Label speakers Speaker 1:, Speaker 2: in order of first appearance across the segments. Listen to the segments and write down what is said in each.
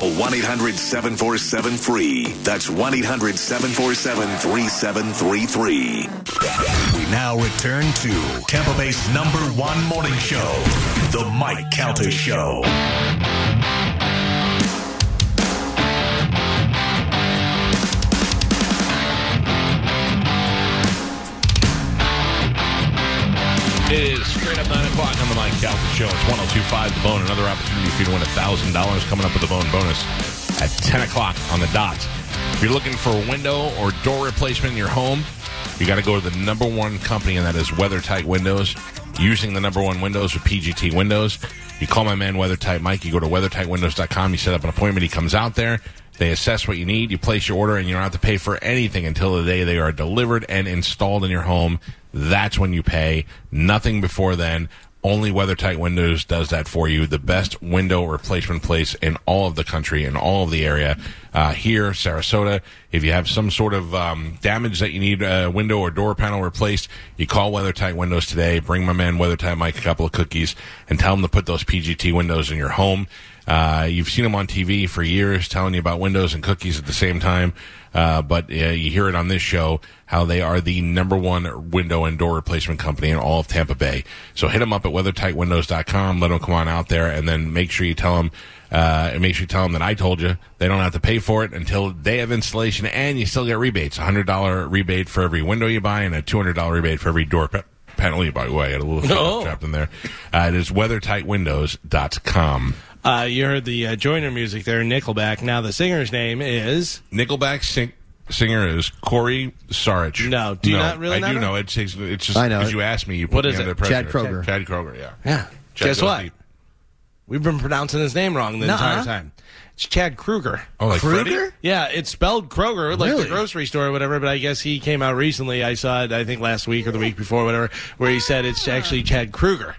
Speaker 1: 1 800 747 free. That's 1 800 747 3733.
Speaker 2: We now return to Tampa Bay's number one morning show, The Mike Calter Show.
Speaker 3: It is straight up 9 o'clock on the Mike Calvin Show. It's 1025 The Bone. Another opportunity for you to win $1,000 coming up with the Bone bonus at 10 o'clock on the dot. If you're looking for a window or door replacement in your home, you got to go to the number one company, and that is WeatherTight Windows. Using the number one windows or PGT Windows, you call my man WeatherTight Mike. You go to weathertightwindows.com. You set up an appointment. He comes out there. They assess what you need. You place your order, and you don't have to pay for anything until the day they are delivered and installed in your home. That's when you pay. Nothing before then. Only WeatherTight Windows does that for you. The best window replacement place in all of the country, in all of the area. Uh, here, Sarasota, if you have some sort of um, damage that you need a window or door panel replaced, you call WeatherTight Windows today. Bring my man WeatherTight Mike a couple of cookies and tell him to put those PGT windows in your home. Uh, you've seen them on TV for years, telling you about windows and cookies at the same time. Uh, but uh, you hear it on this show how they are the number one window and door replacement company in all of Tampa Bay. So hit them up at weathertightwindows.com. Let them come on out there, and then make sure you tell them uh, and make sure you tell them that I told you. They don't have to pay for it until day of installation, and you still get rebates: a hundred dollar rebate for every window you buy, and a two hundred dollar rebate for every door. pe- Penalty, by the way, I had a little
Speaker 4: No.
Speaker 3: trapped in there. Uh, it is weathertightwindows.com.
Speaker 4: Uh, you heard the uh, Joiner music there, Nickelback. Now the singer's name is
Speaker 3: Nickelback sing- singer is Corey Sarich.
Speaker 4: No, do you not really
Speaker 3: I
Speaker 4: not
Speaker 3: do
Speaker 4: know?
Speaker 3: know. It's, it's it's just
Speaker 5: I know
Speaker 3: because
Speaker 5: it.
Speaker 3: you asked me. You put
Speaker 4: What
Speaker 3: me
Speaker 4: is
Speaker 3: under
Speaker 4: it?
Speaker 3: pressure.
Speaker 5: Chad Kroeger.
Speaker 3: Chad Kroger. Yeah.
Speaker 4: yeah.
Speaker 3: Chad
Speaker 4: Guess
Speaker 3: goes
Speaker 4: what?
Speaker 3: deep.
Speaker 4: We've been pronouncing his name wrong the entire time. It's Chad Kruger.
Speaker 3: Oh, like Kruger?
Speaker 4: Yeah, it's spelled Kroger, like
Speaker 5: Really?
Speaker 4: the grocery store or whatever, but I guess he came out recently. I saw it, I think, last week or the week before, whatever, where he said it's actually Chad Kruger.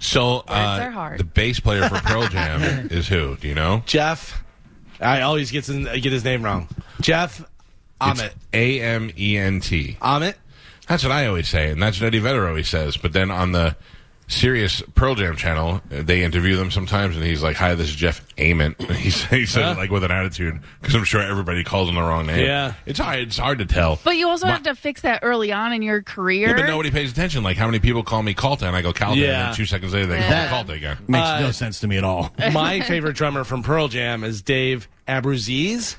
Speaker 3: So
Speaker 6: are
Speaker 3: uh,
Speaker 6: hard.
Speaker 3: the bass player for Pearl Jam is who? Do you know?
Speaker 4: Jeff. I always get his, I get his name wrong. Jeff Amit.
Speaker 3: A M E N T.
Speaker 4: Amit?
Speaker 3: That's what I always say, and that's what Eddie Vedder always says. But then on the serious Pearl Jam channel, uh, they interview them sometimes, and he's like, "Hi, this is Jeff Ament." He s- he says it like with an attitude because I'm sure everybody calls him the wrong name.
Speaker 4: Yeah.
Speaker 3: it's hard. It's hard to tell.
Speaker 6: But you also
Speaker 3: My-
Speaker 6: have to fix that early on in your career.
Speaker 3: Yeah, but nobody pays attention. Like, how many people call me Calta, and I go Calta, and
Speaker 4: Yeah.
Speaker 3: then two seconds later they
Speaker 6: That-
Speaker 3: call me Calta again.
Speaker 5: Makes no sense to me at all.
Speaker 4: Uh, My favorite drummer from Pearl Jam is Dave Abruzzese.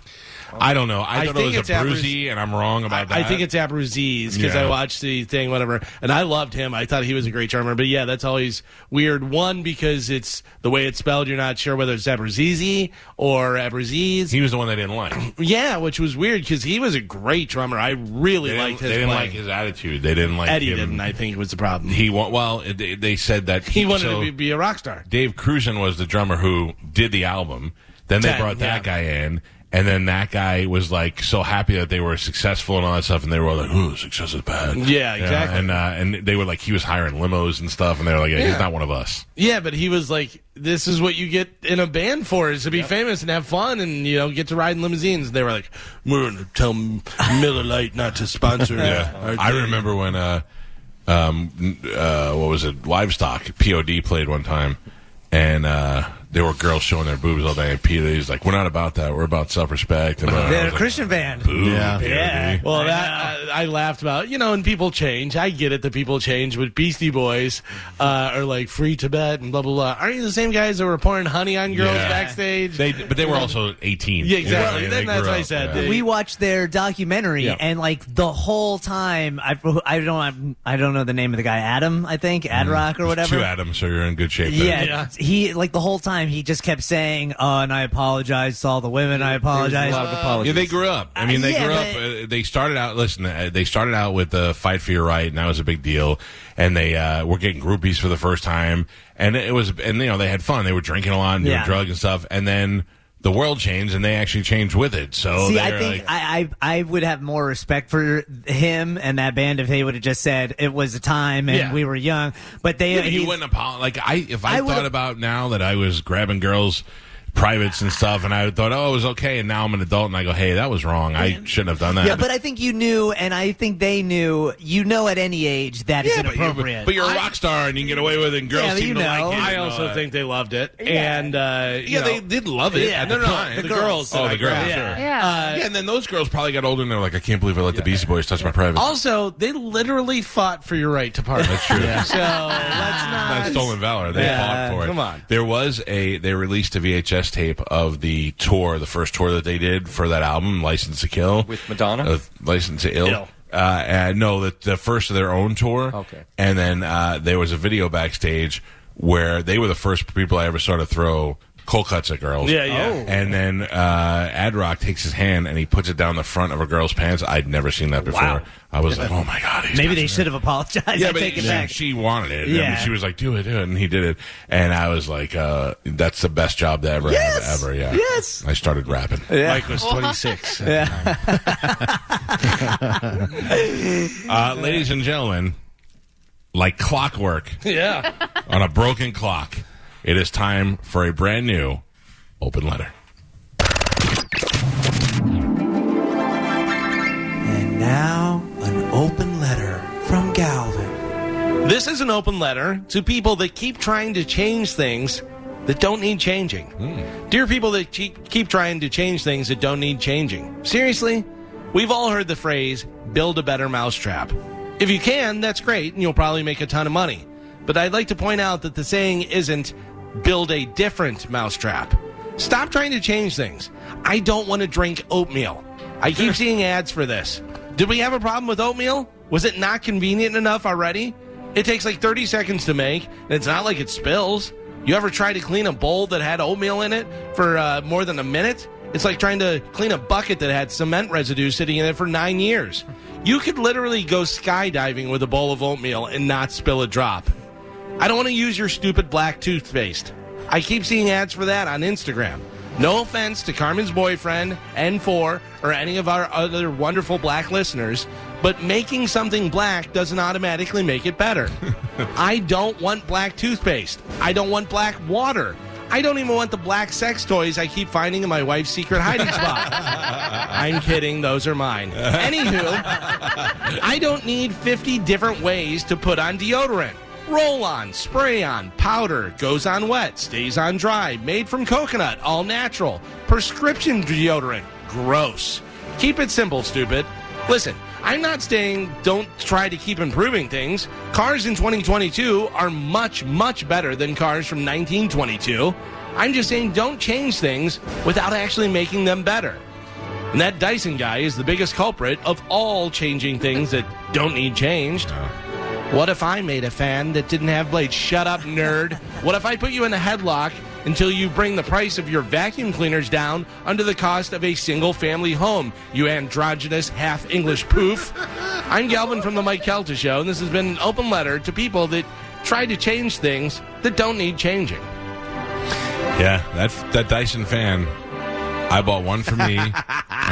Speaker 3: I don't know. I,
Speaker 4: I
Speaker 3: thought it was
Speaker 4: think
Speaker 3: a
Speaker 4: it's
Speaker 3: bruisey, and I'm wrong about that.
Speaker 4: I think it's Abruzzese because
Speaker 3: Yeah.
Speaker 4: I watched the thing, whatever, and I loved him. I thought he was a great drummer, but yeah, that's always weird. One because it's the way it's spelled; you're not sure whether it's Abruzzese or Abruzzese.
Speaker 3: he was the one they didn't like. They
Speaker 4: yeah, which was weird because he was a great drummer. I really
Speaker 3: didn't,
Speaker 4: liked his
Speaker 3: they didn't
Speaker 4: playing.
Speaker 3: like his attitude. They didn't like
Speaker 4: Eddie
Speaker 3: him.
Speaker 4: didn't. I think was the problem. He,
Speaker 3: He wa- well, it- they, they said that
Speaker 4: wanted
Speaker 3: so
Speaker 4: to be, be a rock star.
Speaker 3: Dave Cruzan was the drummer who did the album. Then they
Speaker 4: Ten,
Speaker 3: brought that
Speaker 4: yeah.
Speaker 3: guy in, and then that guy was like so happy that they were successful and all that stuff, and they were all like, "Ooh, success is bad."
Speaker 4: Yeah, exactly.
Speaker 3: and uh, and they were like, he was hiring limos and stuff, and they were like, yeah, "He's not one of us."
Speaker 4: Yeah, but he was like, "This is what you get in a band for: is to be famous and have fun, and you know, get to ride in limousines." And they were like, "We're gonna tell Miller Lite not to sponsor."
Speaker 3: Yeah,
Speaker 4: our
Speaker 3: I
Speaker 4: thing."
Speaker 3: remember when uh, um, n- uh, what was it? Livestock POD played one time, and uh, there were girls showing their boobs all day. And POD's like, "We're not about that. We're about self-respect." And, uh, I
Speaker 7: They're
Speaker 3: was like,
Speaker 7: a Christian band.
Speaker 3: "Ooh,
Speaker 5: Yeah.
Speaker 3: POD."
Speaker 7: Yeah.
Speaker 4: Well, that I, I laughed about, you know, and people change. I get it that people change, but Beastie Boys uh, are like free Tibet and blah blah blah. Aren't you the same guys that were pouring honey on girls
Speaker 3: Yeah.
Speaker 4: backstage?
Speaker 3: They, but they were also 18.
Speaker 4: yeah,
Speaker 3: You know what I
Speaker 4: exactly.
Speaker 3: mean?
Speaker 4: Then
Speaker 3: They
Speaker 4: that's
Speaker 3: grew
Speaker 4: what I
Speaker 3: up,
Speaker 4: said.
Speaker 3: yeah.
Speaker 4: They-
Speaker 7: We watched their documentary,
Speaker 3: Yeah.
Speaker 7: and like the whole time, I, I don't I don't know the name of the guy, Adam, I think,
Speaker 3: Mm.
Speaker 7: Adrock or
Speaker 3: There's
Speaker 7: whatever.
Speaker 3: Two atoms, so you're in good shape. there.
Speaker 7: Yeah,
Speaker 4: Yeah.
Speaker 7: he like the whole time he just kept saying, "Oh, and I apologize to all the women. I apologize."
Speaker 3: Yeah, they grew up. I mean,
Speaker 7: Uh,
Speaker 3: they
Speaker 7: yeah,
Speaker 3: grew
Speaker 7: but-
Speaker 3: up. Uh, they started out. Listen, uh, they started out with the fight for your right, and that was a big deal. And they uh, were getting groupies for the first time, and it was, and you know, they had fun. They were drinking a lot and doing
Speaker 7: Yeah.
Speaker 3: drugs and stuff. And then the world changed and they actually changed with it. So
Speaker 7: See,
Speaker 3: they're
Speaker 7: I
Speaker 3: Oh, like,
Speaker 7: think I, I I would have more respect for him and that band if they would have just said it was a time and
Speaker 3: Yeah.
Speaker 7: we were young. But they
Speaker 3: Yeah, but he
Speaker 7: he's-
Speaker 3: wouldn't apologize. Like I, if I,
Speaker 7: I would've-
Speaker 3: thought about now that I was grabbing girls' privates and stuff, and I thought, oh, it was okay, and now I'm an adult, and I go, hey, that was wrong. I shouldn't have done that.
Speaker 7: Yeah, but I think you knew, and I think they knew. You know, at any age that is
Speaker 3: Yeah, but you're,
Speaker 7: inappropriate.
Speaker 3: but you're a rock star, and you can get away with it. And girls
Speaker 7: Yeah, but
Speaker 3: seem
Speaker 7: you
Speaker 3: to
Speaker 7: know.
Speaker 3: like it.
Speaker 4: I
Speaker 3: and all
Speaker 4: also
Speaker 3: that.
Speaker 4: think they loved it, and uh, you
Speaker 3: Yeah,
Speaker 4: know,
Speaker 3: they did love it.
Speaker 7: Yeah,
Speaker 3: at
Speaker 7: no,
Speaker 3: the
Speaker 7: no,
Speaker 3: time.
Speaker 4: the girls. that
Speaker 3: Oh,
Speaker 4: I
Speaker 3: the girls.
Speaker 4: grabbed.
Speaker 3: sure. Yeah.
Speaker 6: Yeah.
Speaker 3: and then those girls probably got older, and they're like, I can't believe I let the Beastie Boys touch my private.
Speaker 4: Also, they literally fought for your right to party.
Speaker 3: That's true.
Speaker 4: So let's
Speaker 3: Not
Speaker 4: not.
Speaker 3: stolen valor. They
Speaker 4: Yeah,
Speaker 3: fought for it.
Speaker 4: come on.
Speaker 3: There was a they released a VHS tape of the tour, the first tour that they did for that album, License to Kill,
Speaker 5: With Madonna?
Speaker 3: uh, License to Ill.
Speaker 4: Ill.
Speaker 3: Uh, and no, the, the first of their own tour.
Speaker 5: Okay.
Speaker 3: And then uh, there was a video backstage where they were the first people I ever saw to throw cold cuts at girls.
Speaker 4: Yeah, yeah.
Speaker 3: And then uh, Ad Rock takes his hand and he puts it down the front of a girl's pants. I'd never seen that before.
Speaker 7: Wow.
Speaker 3: I was like, oh my god. he's
Speaker 7: Maybe
Speaker 3: touching
Speaker 7: they
Speaker 3: her.
Speaker 7: should have apologized. I take it
Speaker 3: she,
Speaker 7: back.
Speaker 3: she wanted it. I
Speaker 7: Yeah.
Speaker 3: mean, she was like, "Do it, do it," and he did it. And I was like, uh, "That's the best job that ever
Speaker 7: Yes!
Speaker 3: ever." Yeah.
Speaker 7: Yes.
Speaker 3: I started rapping.
Speaker 4: Mike was 26.
Speaker 3: Uh, ladies and gentlemen, like clockwork
Speaker 4: yeah.
Speaker 3: on a broken clock, it is time for a brand new open letter.
Speaker 8: And now, an open letter from Galvin.
Speaker 4: This is an open letter to people that keep trying to change things that don't need changing. Dear people that che- keep trying to change things that don't need changing. Seriously, we've all heard the phrase build a better mousetrap. If you can, that's great and you'll probably make a ton of money. But I'd like to point out that the saying isn't build a different mousetrap. Stop trying to change things. I don't want to drink oatmeal. I keep seeing ads for this. Did we have a problem with oatmeal? Was it not convenient enough already? It takes like 30 seconds to make, and it's not like it spills. You ever try to clean a bowl that had oatmeal in it for uh, more than a minute? It's like trying to clean a bucket that had cement residue sitting in it for nine years. You could literally go skydiving with a bowl of oatmeal and not spill a drop. I don't want to use your stupid black toothpaste. I keep seeing ads for that on Instagram. No offense to Carmen's boyfriend, N4, or any of our other wonderful black listeners, but making something black doesn't automatically make it better. I don't want black toothpaste. I don't want black water. I don't even want the black sex toys I keep finding in my wife's secret hiding spot. I'm kidding, those are mine. Anywho, I don't need 50 different ways to put on deodorant. Roll on, spray on, powder, goes on wet, stays on dry, made from coconut, all natural. Prescription deodorant, gross. Keep it simple, stupid. Listen, I'm not saying don't try to keep improving things. Cars in 2022 are much, much better than cars from 1922. I'm just saying don't change things without actually making them better. And that Dyson guy is the biggest culprit of all changing things that don't need changed. What if I made a fan that didn't have blades? Shut up, nerd. What if I put you in a headlock until you bring the price of your vacuum cleaners down under the cost of a single family home, you androgynous half English poof? I'm Galvin from the Mike Calta Show, and this has been an open letter to people that try to change things that don't need changing.
Speaker 3: Yeah, that that Dyson fan. I bought one for me, and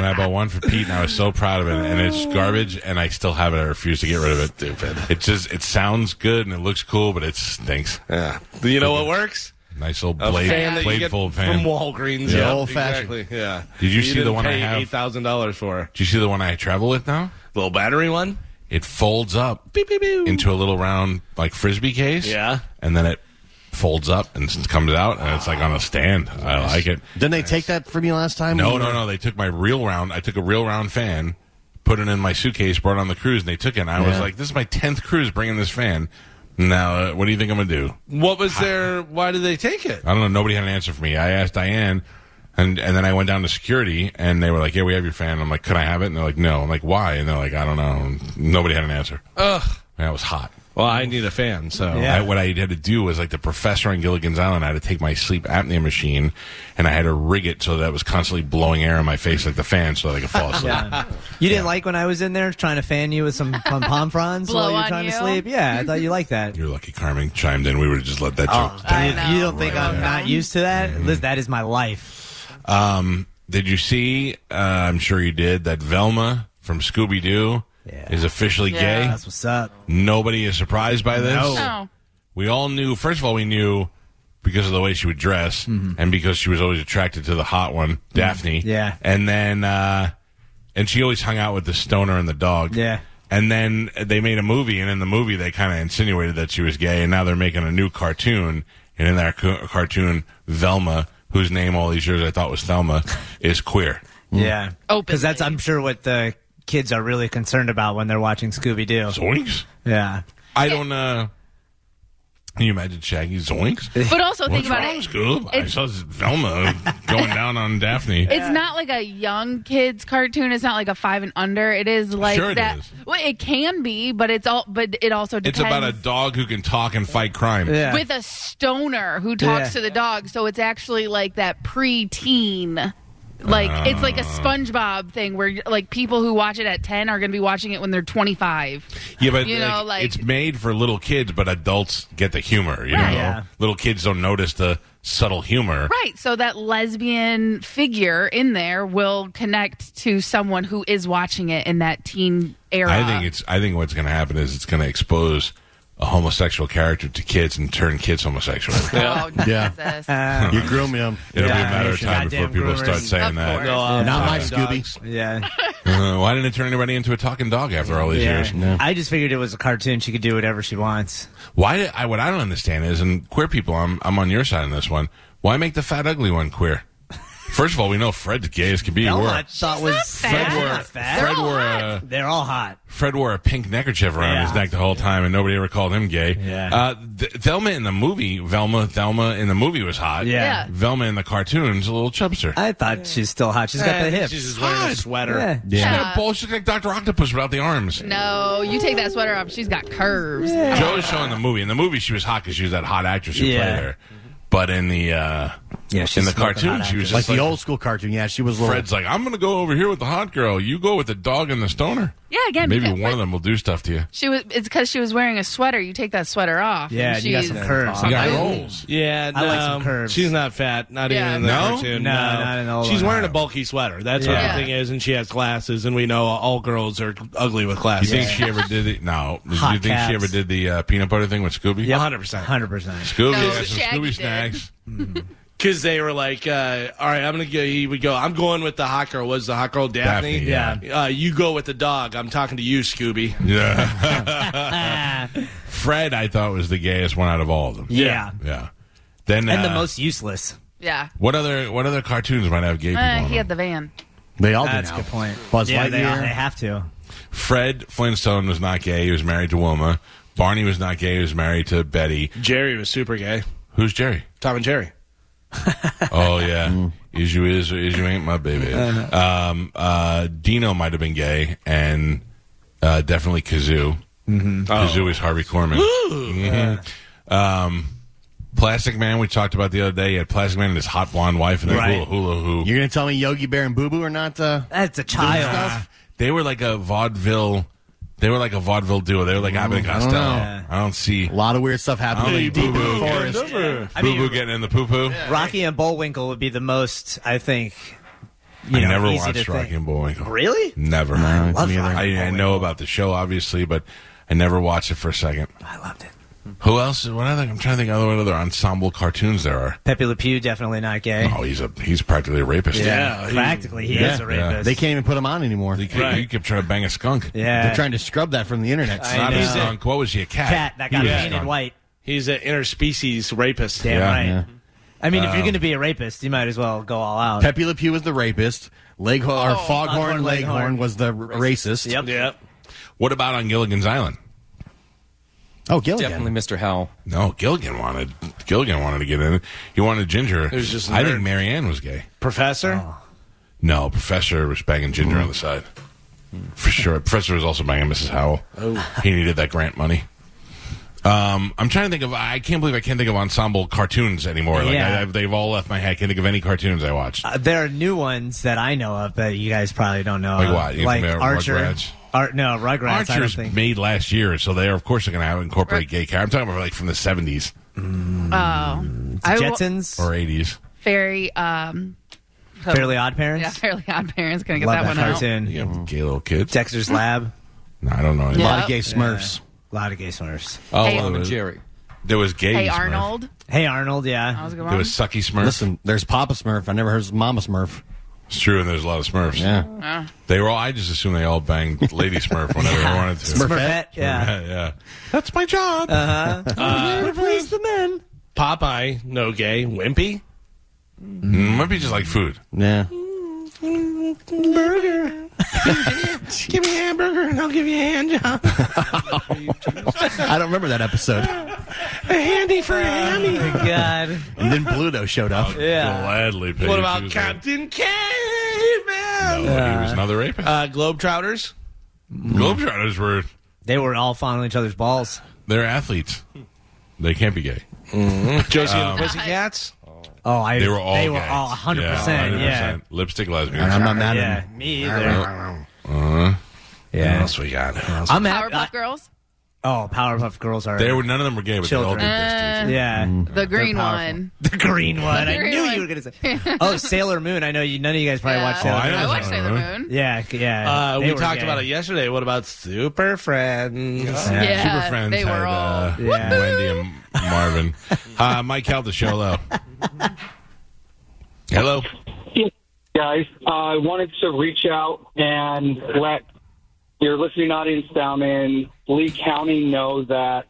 Speaker 3: I bought one for Pete, and I was so proud of it. And it's garbage, and I still have it. I refuse to get rid of it. Stupid. It just it sounds good and it looks cool, but it stinks.
Speaker 4: Yeah. You know what works?
Speaker 3: Nice old
Speaker 4: a
Speaker 3: blade,
Speaker 4: fan that you get
Speaker 3: bladeful fan.
Speaker 4: from Walgreens.
Speaker 9: Yeah,
Speaker 4: Yep,
Speaker 9: old-fashioned.
Speaker 4: Exactly. Yeah.
Speaker 3: Did you see the
Speaker 4: didn't
Speaker 3: one I
Speaker 4: pay
Speaker 3: have?
Speaker 4: Eight thousand dollars for
Speaker 3: Do you see the one I travel with now?
Speaker 4: little battery one.
Speaker 3: It folds up
Speaker 4: Beep beep beep.
Speaker 3: into a little round like frisbee case.
Speaker 4: Yeah.
Speaker 3: and then it folds up and s- comes out, and it's like on a stand. I like it.
Speaker 10: Didn't they take that from you last time?
Speaker 3: No,
Speaker 10: when
Speaker 3: no,
Speaker 10: you-
Speaker 3: no. They took my real round. I took a real round fan, put it in my suitcase, brought it on the cruise, and they took it. And I was
Speaker 10: Yeah.
Speaker 3: like, "This is my tenth cruise bringing this fan." Now, uh, what do you think I'm gonna do?
Speaker 4: what was their? Why did they take it?
Speaker 3: I don't know. Nobody had an answer for me. I asked Diane, and and then I went down to security, and they were like, "Yeah, we have your fan." I'm like, "Could I have it?" And they're like, "No." I'm like, "Why?" And they're like, "I don't know." And nobody had an answer.
Speaker 4: Ugh.
Speaker 3: That was hot.
Speaker 4: Well, I need a fan, so
Speaker 3: I, what I had to do was like the professor on Gilligan's Island. I had to take my sleep apnea machine, and I had to rig it so that it was constantly blowing air in my face like the fan, so that I could fall asleep.
Speaker 7: you didn't like when I was in there trying to fan you with some pom pom fronds
Speaker 6: Blow
Speaker 7: while you were
Speaker 6: on
Speaker 7: trying to
Speaker 6: you?
Speaker 7: sleep. Yeah, I thought you liked that.
Speaker 3: You're lucky Carmen
Speaker 7: Oh.
Speaker 3: chimed in. We would have just let that joke.
Speaker 7: You-
Speaker 6: know.
Speaker 7: You don't think I'm
Speaker 6: Right.
Speaker 7: not used to that? Liz, that is my life.
Speaker 3: Um, did you see? Uh, I'm sure you did. That Velma from Scooby Doo
Speaker 7: Yeah.
Speaker 3: is officially
Speaker 6: Yeah.
Speaker 3: gay.
Speaker 7: That's what's up.
Speaker 3: Nobody is surprised by this.
Speaker 7: No.
Speaker 6: Oh,
Speaker 3: We all knew. First of all, we knew because of the way she would dress,
Speaker 7: Mm-hmm.
Speaker 3: and because she was always attracted to the hot one, Daphne.
Speaker 7: Yeah.
Speaker 3: and then uh, and she always hung out with the stoner and the dog.
Speaker 7: Yeah.
Speaker 3: And then they made a movie, and in the movie they kind of insinuated that she was gay, and now they're making a new cartoon, and in that ca- cartoon, Velma, whose name all these years I thought was Thelma, is queer.
Speaker 7: Yeah.
Speaker 6: Openly.
Speaker 7: Because that's, I'm sure, what the kids are really concerned about when they're watching Scooby Doo.
Speaker 3: Zoinks!
Speaker 7: Yeah.
Speaker 3: I don't. uh Can you imagine Shaggy zoinks?
Speaker 6: but also
Speaker 3: What's
Speaker 6: think about
Speaker 3: wrong,
Speaker 6: it.
Speaker 3: Scoob? I
Speaker 6: It's-
Speaker 3: saw Velma going down on Daphne.
Speaker 6: It's not like a young kids cartoon. It's not like a five and under. It is like
Speaker 3: Sure it
Speaker 6: that.
Speaker 3: is.
Speaker 6: Well, it can be, but it's all. But it also
Speaker 3: It's
Speaker 6: depends.
Speaker 3: about a dog who can talk and fight crime.
Speaker 7: Yeah.
Speaker 6: with a stoner who talks
Speaker 7: Yeah.
Speaker 6: to the dog. So it's actually like that preteen. Like it's
Speaker 3: Uh.
Speaker 6: like a SpongeBob thing where like people who watch it at ten are going to be watching it when they're twenty five.
Speaker 3: Yeah, but
Speaker 6: You
Speaker 3: like,
Speaker 6: know, like-
Speaker 3: it's made for little kids, but adults get the humor. You
Speaker 6: Right.
Speaker 3: know,
Speaker 7: Yeah.
Speaker 3: little kids don't notice the subtle humor.
Speaker 6: Right. So that lesbian figure in there will connect to someone who is watching it in that teen era.
Speaker 3: I think it's. I think what's going to happen is it's going to expose a homosexual character to kids and turn kids homosexual.
Speaker 6: Oh,
Speaker 10: Yeah.
Speaker 6: Jesus.
Speaker 10: You grew me. um,
Speaker 3: It'll be a
Speaker 7: Yeah.
Speaker 3: matter of time
Speaker 7: Goddamn
Speaker 3: before people
Speaker 7: groomers.
Speaker 3: start saying
Speaker 6: Of
Speaker 3: that.
Speaker 6: course.
Speaker 10: Not my Scooby.
Speaker 7: Yeah.
Speaker 3: Uh, why didn't it turn anybody into a talking dog after all these
Speaker 7: yeah.
Speaker 3: years?
Speaker 7: I just figured it was a cartoon. She could do whatever she wants.
Speaker 3: Why? Did, I what I don't understand is, and queer people, I'm I'm on your side on this one. Why make the fat ugly one queer? First of all, we know Fred's gay as can be.
Speaker 7: Elma,
Speaker 3: We're-
Speaker 7: I thought
Speaker 6: not
Speaker 7: was
Speaker 6: fat.
Speaker 7: Fred
Speaker 6: Fred
Speaker 7: wore,
Speaker 6: wore-
Speaker 7: fat.
Speaker 6: Fred-
Speaker 3: Fred
Speaker 6: all
Speaker 3: wore
Speaker 6: hot.
Speaker 3: a
Speaker 7: They're all hot.
Speaker 3: Fred wore a pink neckerchief around
Speaker 7: Yeah.
Speaker 3: his neck the whole time, and nobody ever called him gay.
Speaker 7: Yeah.
Speaker 3: Uh, Th- Velma in the movie, Velma, Velma in the movie was hot.
Speaker 7: Yeah.
Speaker 6: Yeah.
Speaker 3: Velma in the cartoons, a little chubster.
Speaker 7: I thought she's still hot. She's got the hips.
Speaker 10: She's just wearing a sweater.
Speaker 7: yeah.
Speaker 3: She's got a ball. She's like Doctor Octopus without the arms.
Speaker 6: No, you take that sweater off. She's got curves.
Speaker 3: Joe is showing the movie. In the movie, she was hot because she was that hot actress who
Speaker 7: Yeah.
Speaker 3: played her. But in the uh,
Speaker 7: Yeah,
Speaker 3: in
Speaker 7: she's
Speaker 3: the
Speaker 7: smoking
Speaker 3: cartoon,
Speaker 7: hot
Speaker 3: she was
Speaker 10: Like
Speaker 3: just
Speaker 10: the old school cartoon. Yeah, she was little.
Speaker 3: Fred's like, I'm going to go over here with the hot girl. You go with the dog and the stoner.
Speaker 6: Yeah, again,
Speaker 3: Maybe
Speaker 6: because-
Speaker 3: one of them will do stuff to you.
Speaker 6: She was. It's because she was wearing a sweater. You take that sweater off.
Speaker 7: Yeah,
Speaker 6: and
Speaker 7: you got
Speaker 6: she's-
Speaker 7: some curves.
Speaker 3: You got
Speaker 6: I-
Speaker 3: rolls.
Speaker 4: Yeah, no,
Speaker 7: I like some curves.
Speaker 4: She's not fat, not
Speaker 6: Yeah.
Speaker 4: even in the
Speaker 3: No?
Speaker 4: cartoon.
Speaker 7: No, not in all
Speaker 4: She's
Speaker 7: of
Speaker 4: wearing a bulky sweater. That's
Speaker 6: Yeah.
Speaker 4: what the thing is, and she has glasses, and we know all girls are ugly with
Speaker 3: You
Speaker 4: glasses.
Speaker 3: think she ever did the no?
Speaker 7: Hot
Speaker 3: do you think
Speaker 7: cats.
Speaker 3: she ever did the uh, peanut butter thing with Scooby?
Speaker 7: Yep.
Speaker 4: 100%.
Speaker 7: 100%.
Speaker 3: Scooby
Speaker 6: No,
Speaker 3: had some
Speaker 6: Shaggy
Speaker 3: Scooby
Speaker 6: did.
Speaker 3: snacks.
Speaker 4: Because they were like, uh, all right, I'm going to go. He would go, I'm going with the hot girl. Was the hot girl Daphne?
Speaker 3: Daphne, yeah.
Speaker 4: Uh, you go with the dog. I'm talking to you, Scooby.
Speaker 3: Yeah.
Speaker 7: Ah, yeah.
Speaker 3: Fred, I thought was the gayest one out of all of them. Yeah. Then
Speaker 7: And
Speaker 3: uh,
Speaker 7: the most useless.
Speaker 6: Yeah.
Speaker 3: What other what other cartoons might have gay people?
Speaker 6: Uh,
Speaker 3: in
Speaker 6: he
Speaker 3: them?
Speaker 6: had the van.
Speaker 10: They all
Speaker 7: That's
Speaker 10: do
Speaker 7: a
Speaker 10: now.
Speaker 7: good point.
Speaker 10: Buzz
Speaker 7: yeah, they,
Speaker 10: Lightyear.
Speaker 7: they have to.
Speaker 3: Fred Flintstone was not gay. He was married to Wilma. Barney was not gay. He was married to Betty.
Speaker 4: Jerry was super gay.
Speaker 3: Who's Jerry?
Speaker 4: Tom and Jerry.
Speaker 3: Oh yeah, is you is or is you ain't my baby. Um, uh, Dino might have been gay, and uh, definitely Kazoo. Mm-hmm. Kazoo is Harvey Korman. Mhm. Um, Plastic Man, we talked about the other day. He had Plastic Man and his hot blonde wife, and then Hula
Speaker 7: Right.
Speaker 3: Hula Hoo.
Speaker 10: You're going to tell me Yogi Bear and Boo Boo are not. Uh,
Speaker 7: That's a child.
Speaker 3: They were like a vaudeville. They were like a vaudeville duo. They were like Abbott and
Speaker 10: I don't
Speaker 3: Costello.
Speaker 10: know.
Speaker 3: Mm, I don't see
Speaker 10: a lot of weird stuff happening
Speaker 3: Hey,
Speaker 10: deep in
Speaker 3: Boo
Speaker 10: the
Speaker 3: Boo.
Speaker 10: forest.
Speaker 7: I
Speaker 3: Boo
Speaker 7: mean,
Speaker 3: Boo getting in the poo poo.
Speaker 7: Rocky and Bullwinkle would be the most, I think. You
Speaker 3: I
Speaker 7: know,
Speaker 3: never
Speaker 7: easy to
Speaker 3: watched
Speaker 7: think.
Speaker 3: Rocky and Bullwinkle.
Speaker 7: Really?
Speaker 3: Never.
Speaker 7: Love
Speaker 10: either.
Speaker 7: Rocky.
Speaker 3: I, I know about the show, obviously, but I never watched it for a second.
Speaker 7: I loved it.
Speaker 3: Who else? What other? I'm trying to think of what other ensemble cartoons there are.
Speaker 7: Pepe Le Pew definitely not gay.
Speaker 3: Oh, he's a he's practically a rapist.
Speaker 4: Yeah, he-
Speaker 7: practically he is a
Speaker 3: yeah.
Speaker 7: rapist.
Speaker 10: They can't even put them on anymore.
Speaker 3: He, kept- he kept trying to bang a skunk.
Speaker 7: Yeah,
Speaker 10: They're trying to scrub that from the internet.
Speaker 7: I
Speaker 3: Not a
Speaker 7: know.
Speaker 3: skunk. What was he? A cat.
Speaker 7: cat that
Speaker 3: He
Speaker 7: got
Speaker 3: was a
Speaker 7: painted
Speaker 3: skunk.
Speaker 7: white.
Speaker 4: He's an interspecies rapist.
Speaker 7: Damn
Speaker 3: Yeah. Um,
Speaker 7: right.
Speaker 10: Yeah.
Speaker 7: I mean, if you're going to be a rapist, you might as well go all out.
Speaker 10: Pepe Le Pew was the rapist. Leghorn or Foghorn
Speaker 7: Foghorn
Speaker 10: Leghorn,
Speaker 7: Oh, Leghorn.
Speaker 10: was the r- racist.
Speaker 7: Yep.
Speaker 4: Yeah.
Speaker 3: What about on Gilligan's Island?
Speaker 10: Oh, Gilligan.
Speaker 5: Definitely Mr. Howell.
Speaker 3: No, Gilligan wanted Gilligan wanted to get in. it. He wanted Ginger. It
Speaker 4: was just a
Speaker 3: I
Speaker 4: nerd.
Speaker 3: think Marianne was gay.
Speaker 4: Professor?
Speaker 3: No, Professor was banging Ginger on the side. For sure. Professor was also banging Mrs. Howell. He needed that grant money. Um, I'm trying to think of. I can't believe I can't think of ensemble cartoons anymore. Like
Speaker 7: Yeah.
Speaker 3: I, I've, they've all left my head. I can't think of any cartoons I watched.
Speaker 7: Uh, there are new ones that I know of that you guys probably don't know.
Speaker 3: Like
Speaker 7: of.
Speaker 3: what? You
Speaker 7: Like
Speaker 3: familiar with
Speaker 7: Archer.
Speaker 3: Rugrats?
Speaker 7: Ar- no, Rugrats. I don't
Speaker 3: Archer's
Speaker 7: think.
Speaker 3: made last year, so they are of course they're going to have incorporate gay characters. I'm talking about like from the 70s
Speaker 7: Mm.
Speaker 6: Oh, I will-
Speaker 7: Jetsons.
Speaker 3: or 80s.
Speaker 6: very um,
Speaker 7: Fairly Odd Parents.
Speaker 6: Yeah, Fairly Odd Parents. Gonna get
Speaker 7: Love
Speaker 6: that,
Speaker 7: that,
Speaker 6: one out.
Speaker 7: cartoon.
Speaker 3: You have gay little kids.
Speaker 7: Dexter's Lab.
Speaker 3: No, I don't know.
Speaker 10: A
Speaker 3: any-
Speaker 10: lot
Speaker 6: Yep.
Speaker 10: of gay Smurfs.
Speaker 7: A lot of gay Smurfs.
Speaker 3: Oh, well,
Speaker 6: Hey, Tom
Speaker 3: there
Speaker 5: and
Speaker 3: was-
Speaker 5: Jerry.
Speaker 3: There was gay.
Speaker 6: Hey
Speaker 3: Smurf.
Speaker 6: Arnold.
Speaker 7: Hey Arnold.
Speaker 6: That
Speaker 7: Yeah.
Speaker 6: was a good
Speaker 3: There
Speaker 6: one.
Speaker 3: was sucky Smurf.
Speaker 10: Listen, there's Papa Smurf. I never heard of Mama Smurf.
Speaker 3: It's true, and there's a lot of Smurfs.
Speaker 10: Yeah.
Speaker 6: Uh.
Speaker 3: They were all. I just assume they all banged Lady Smurf whenever they wanted to.
Speaker 7: Smurfette.
Speaker 3: Yeah,
Speaker 7: Yeah.
Speaker 3: yeah. That's my job.
Speaker 4: Uh,
Speaker 7: Please the men.
Speaker 4: Popeye, no gay. Wimpy?
Speaker 3: Mm, Might be just like food.
Speaker 10: Yeah.
Speaker 4: Give me a hamburger and I'll give you a hand job.
Speaker 10: I don't remember that episode.
Speaker 4: A handy for a
Speaker 7: Uh,
Speaker 4: hammy.
Speaker 7: God.
Speaker 10: And then Bluto showed up.
Speaker 7: Yeah.
Speaker 3: Gladly. Paid.
Speaker 4: What
Speaker 3: He
Speaker 4: about
Speaker 3: was
Speaker 4: Captain
Speaker 3: like,
Speaker 4: Caveman?
Speaker 3: "Oh, he was another rapist.
Speaker 4: Uh, Globetrotters?
Speaker 3: Globetrotters were
Speaker 7: They were all fondling each other's balls.
Speaker 3: they're athletes. They can't be gay.
Speaker 4: Josie and the Pussycats?
Speaker 7: Oh, I.
Speaker 3: They were all.
Speaker 7: They were
Speaker 3: gay.
Speaker 7: all 100.
Speaker 3: Yeah,
Speaker 7: percent Yeah.
Speaker 3: Lipstick lesbians.
Speaker 10: And I'm not mad
Speaker 7: Yeah.
Speaker 10: at him.
Speaker 7: Me either.
Speaker 3: Uh, What
Speaker 7: Yeah.
Speaker 3: else we got?
Speaker 7: I'm at.
Speaker 6: Powerpuff Girls.
Speaker 7: oh, Powerpuff Girls are.
Speaker 3: They were none of them were gay, but
Speaker 7: Children.
Speaker 3: they all did this. too.
Speaker 7: Yeah.
Speaker 6: Uh,
Speaker 4: Mm.
Speaker 6: The green
Speaker 7: powerful.
Speaker 6: one.
Speaker 7: The green one.
Speaker 6: The
Speaker 7: I
Speaker 6: green
Speaker 7: knew
Speaker 6: one.
Speaker 7: you were gonna say. Oh, Sailor Moon. I know you. None of you guys probably
Speaker 6: Yeah.
Speaker 7: watched
Speaker 3: Oh,
Speaker 7: Sailor
Speaker 3: I
Speaker 7: Moon.
Speaker 3: know.
Speaker 6: I watched Sailor
Speaker 3: Uh-huh.
Speaker 6: Moon.
Speaker 7: Yeah. Yeah.
Speaker 4: Uh,
Speaker 7: They
Speaker 4: we
Speaker 7: were
Speaker 4: talked
Speaker 7: gay.
Speaker 4: about it yesterday. What about Super Friends?
Speaker 6: Uh, Yeah,
Speaker 3: Super Friends
Speaker 6: they
Speaker 3: had,
Speaker 6: were all.
Speaker 3: uh,
Speaker 7: Yeah.
Speaker 3: Wendy and Marvin. Uh, Mike held the show low. Hello.
Speaker 11: guys. I wanted to reach out and let your listening audience down in Lee County know that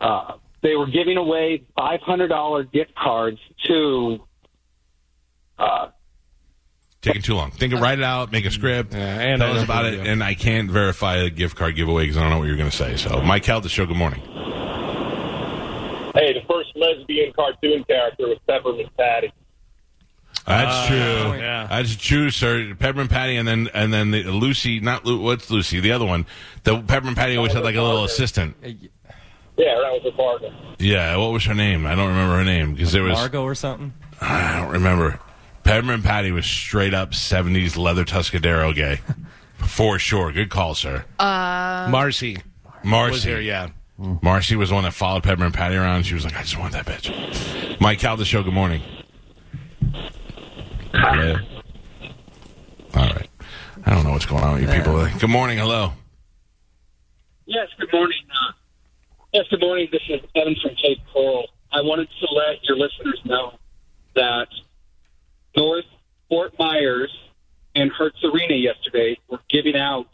Speaker 11: uh, they were giving away $500 gift cards to. Uh,
Speaker 3: Taking too long. Think it, write it out, make a script,
Speaker 4: and
Speaker 3: tell
Speaker 4: I-
Speaker 3: us about it, and I can't verify a gift card giveaway because I don't know what you're going to say. So, Mike held the show. Good morning.
Speaker 11: hey, the first lesbian cartoon character was Peppermint Patty.
Speaker 3: That's true.
Speaker 4: yeah.
Speaker 3: Uh, That's true, sir. Peppermint Patty, and then and then the, Lucy. Not Lu, what's Lucy? The other one. The Peppermint Patty always had like a little assistant.
Speaker 11: Yeah, that was a bargain.
Speaker 3: Yeah. What was her name? I don't remember her name because there was.
Speaker 5: Margo or something.
Speaker 3: I don't remember. Peppermint Patty was straight up '70s leather Tuscadero gay, for sure. Good call, sir.
Speaker 4: Marcy
Speaker 3: Marcy
Speaker 4: Uh, was here, yeah.
Speaker 3: Marcy was the one that followed Peppermint Patty around. She was like, "I just want that bitch." Mike Cal, the show. Good morning. Hello. All right. I don't know what's going on with you people. Good morning. Hello.
Speaker 11: Yes, good morning. Uh, yes, good morning. This is Evan from Cape Coral. I wanted to let your listeners know that North Fort Myers and Hertz Arena yesterday were giving out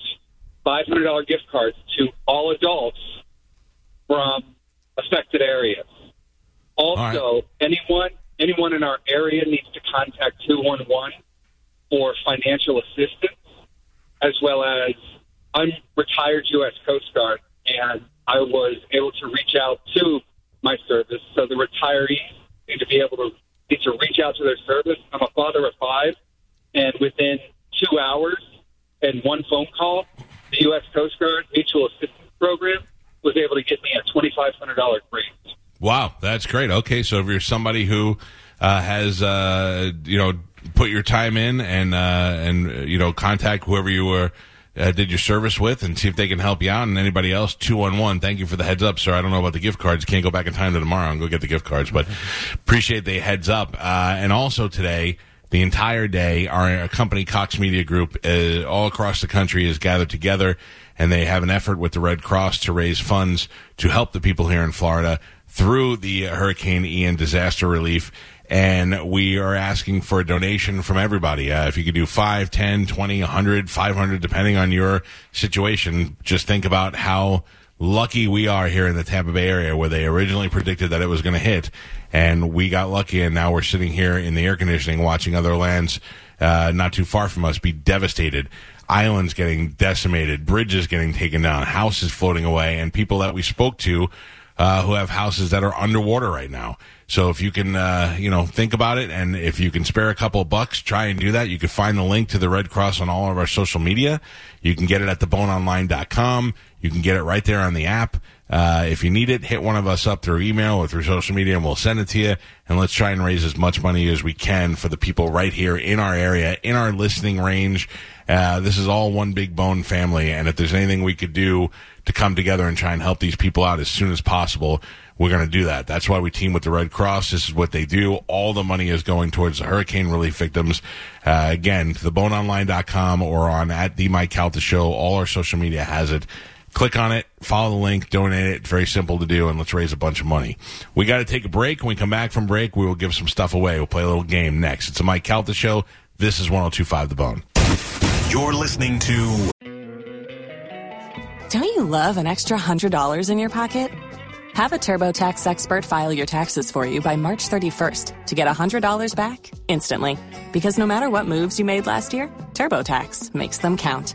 Speaker 11: $500 gift cards to all adults from affected areas. Also, anyone anyone in our area needs to contact 211 for financial assistance, as well as I'm retired U.S. Coast Guard, and I was able to reach out to my service. So the retirees need to be able to need to reach out to their service. I'm a father of five, and within two hours and one phone call, the U.S. Coast Guard Mutual Assistance Program was able to get me a $2,500 grant.
Speaker 3: Wow, that's great. Okay, so if you're somebody who uh, has uh, you know put your time in and uh, and uh, you know contact whoever you were uh, did your service with and see if they can help you out and anybody else two one one. Thank you for the heads up, sir. I don't know about the gift cards. Can't go back in time to tomorrow and go get the gift cards, but appreciate the heads up. Uh, and also today. The entire day, our company, Cox Media Group, uh, all across the country is gathered together and they have an effort with the Red Cross to raise funds to help the people here in Florida through the Hurricane Ian disaster relief. And we are asking for a donation from everybody. Uh, if you could do 5, 10, 20, 100, 500, depending on your situation, just think about how lucky we are here in the Tampa Bay area where they originally predicted that it was going to hit. And we got lucky, and now we're sitting here in the air conditioning watching other lands uh, not too far from us be devastated. Islands getting decimated, bridges getting taken down, houses floating away, and people that we spoke to uh, who have houses that are underwater right now. So if you can, uh, you know, think about it, and if you can spare a couple bucks, try and do that. You can find the link to the Red Cross on all of our social media. You can get it at theboneonline.com. You can get it right there on the app. Uh, if you need it, hit one of us up through email or through social media, and we'll send it to you. And let's try and raise as much money as we can for the people right here in our area, in our listening range. Uh, this is all one big bone family, and if there's anything we could do to come together and try and help these people out as soon as possible,
Speaker 4: We're going to do that. That's why we team with the Red Cross. This is what they do. All the money is going towards the hurricane relief victims. Uh, again, to theboneonline.com or on at the Mike Calta Show. All our social media has it. Click on it, follow the link, donate it. It's very simple to do, and let's raise a bunch of money. We got to take a break. When we come back from break, we will give some stuff away. We'll play a little game next. It's a Mike Calta Show. This is 1025 The Bone.
Speaker 2: You're listening to
Speaker 11: Don't you love an extra $100 in your pocket? Have a TurboTax expert file your taxes for you by March 31st to get $100 back instantly. Because no matter what moves you made last year, TurboTax makes them count.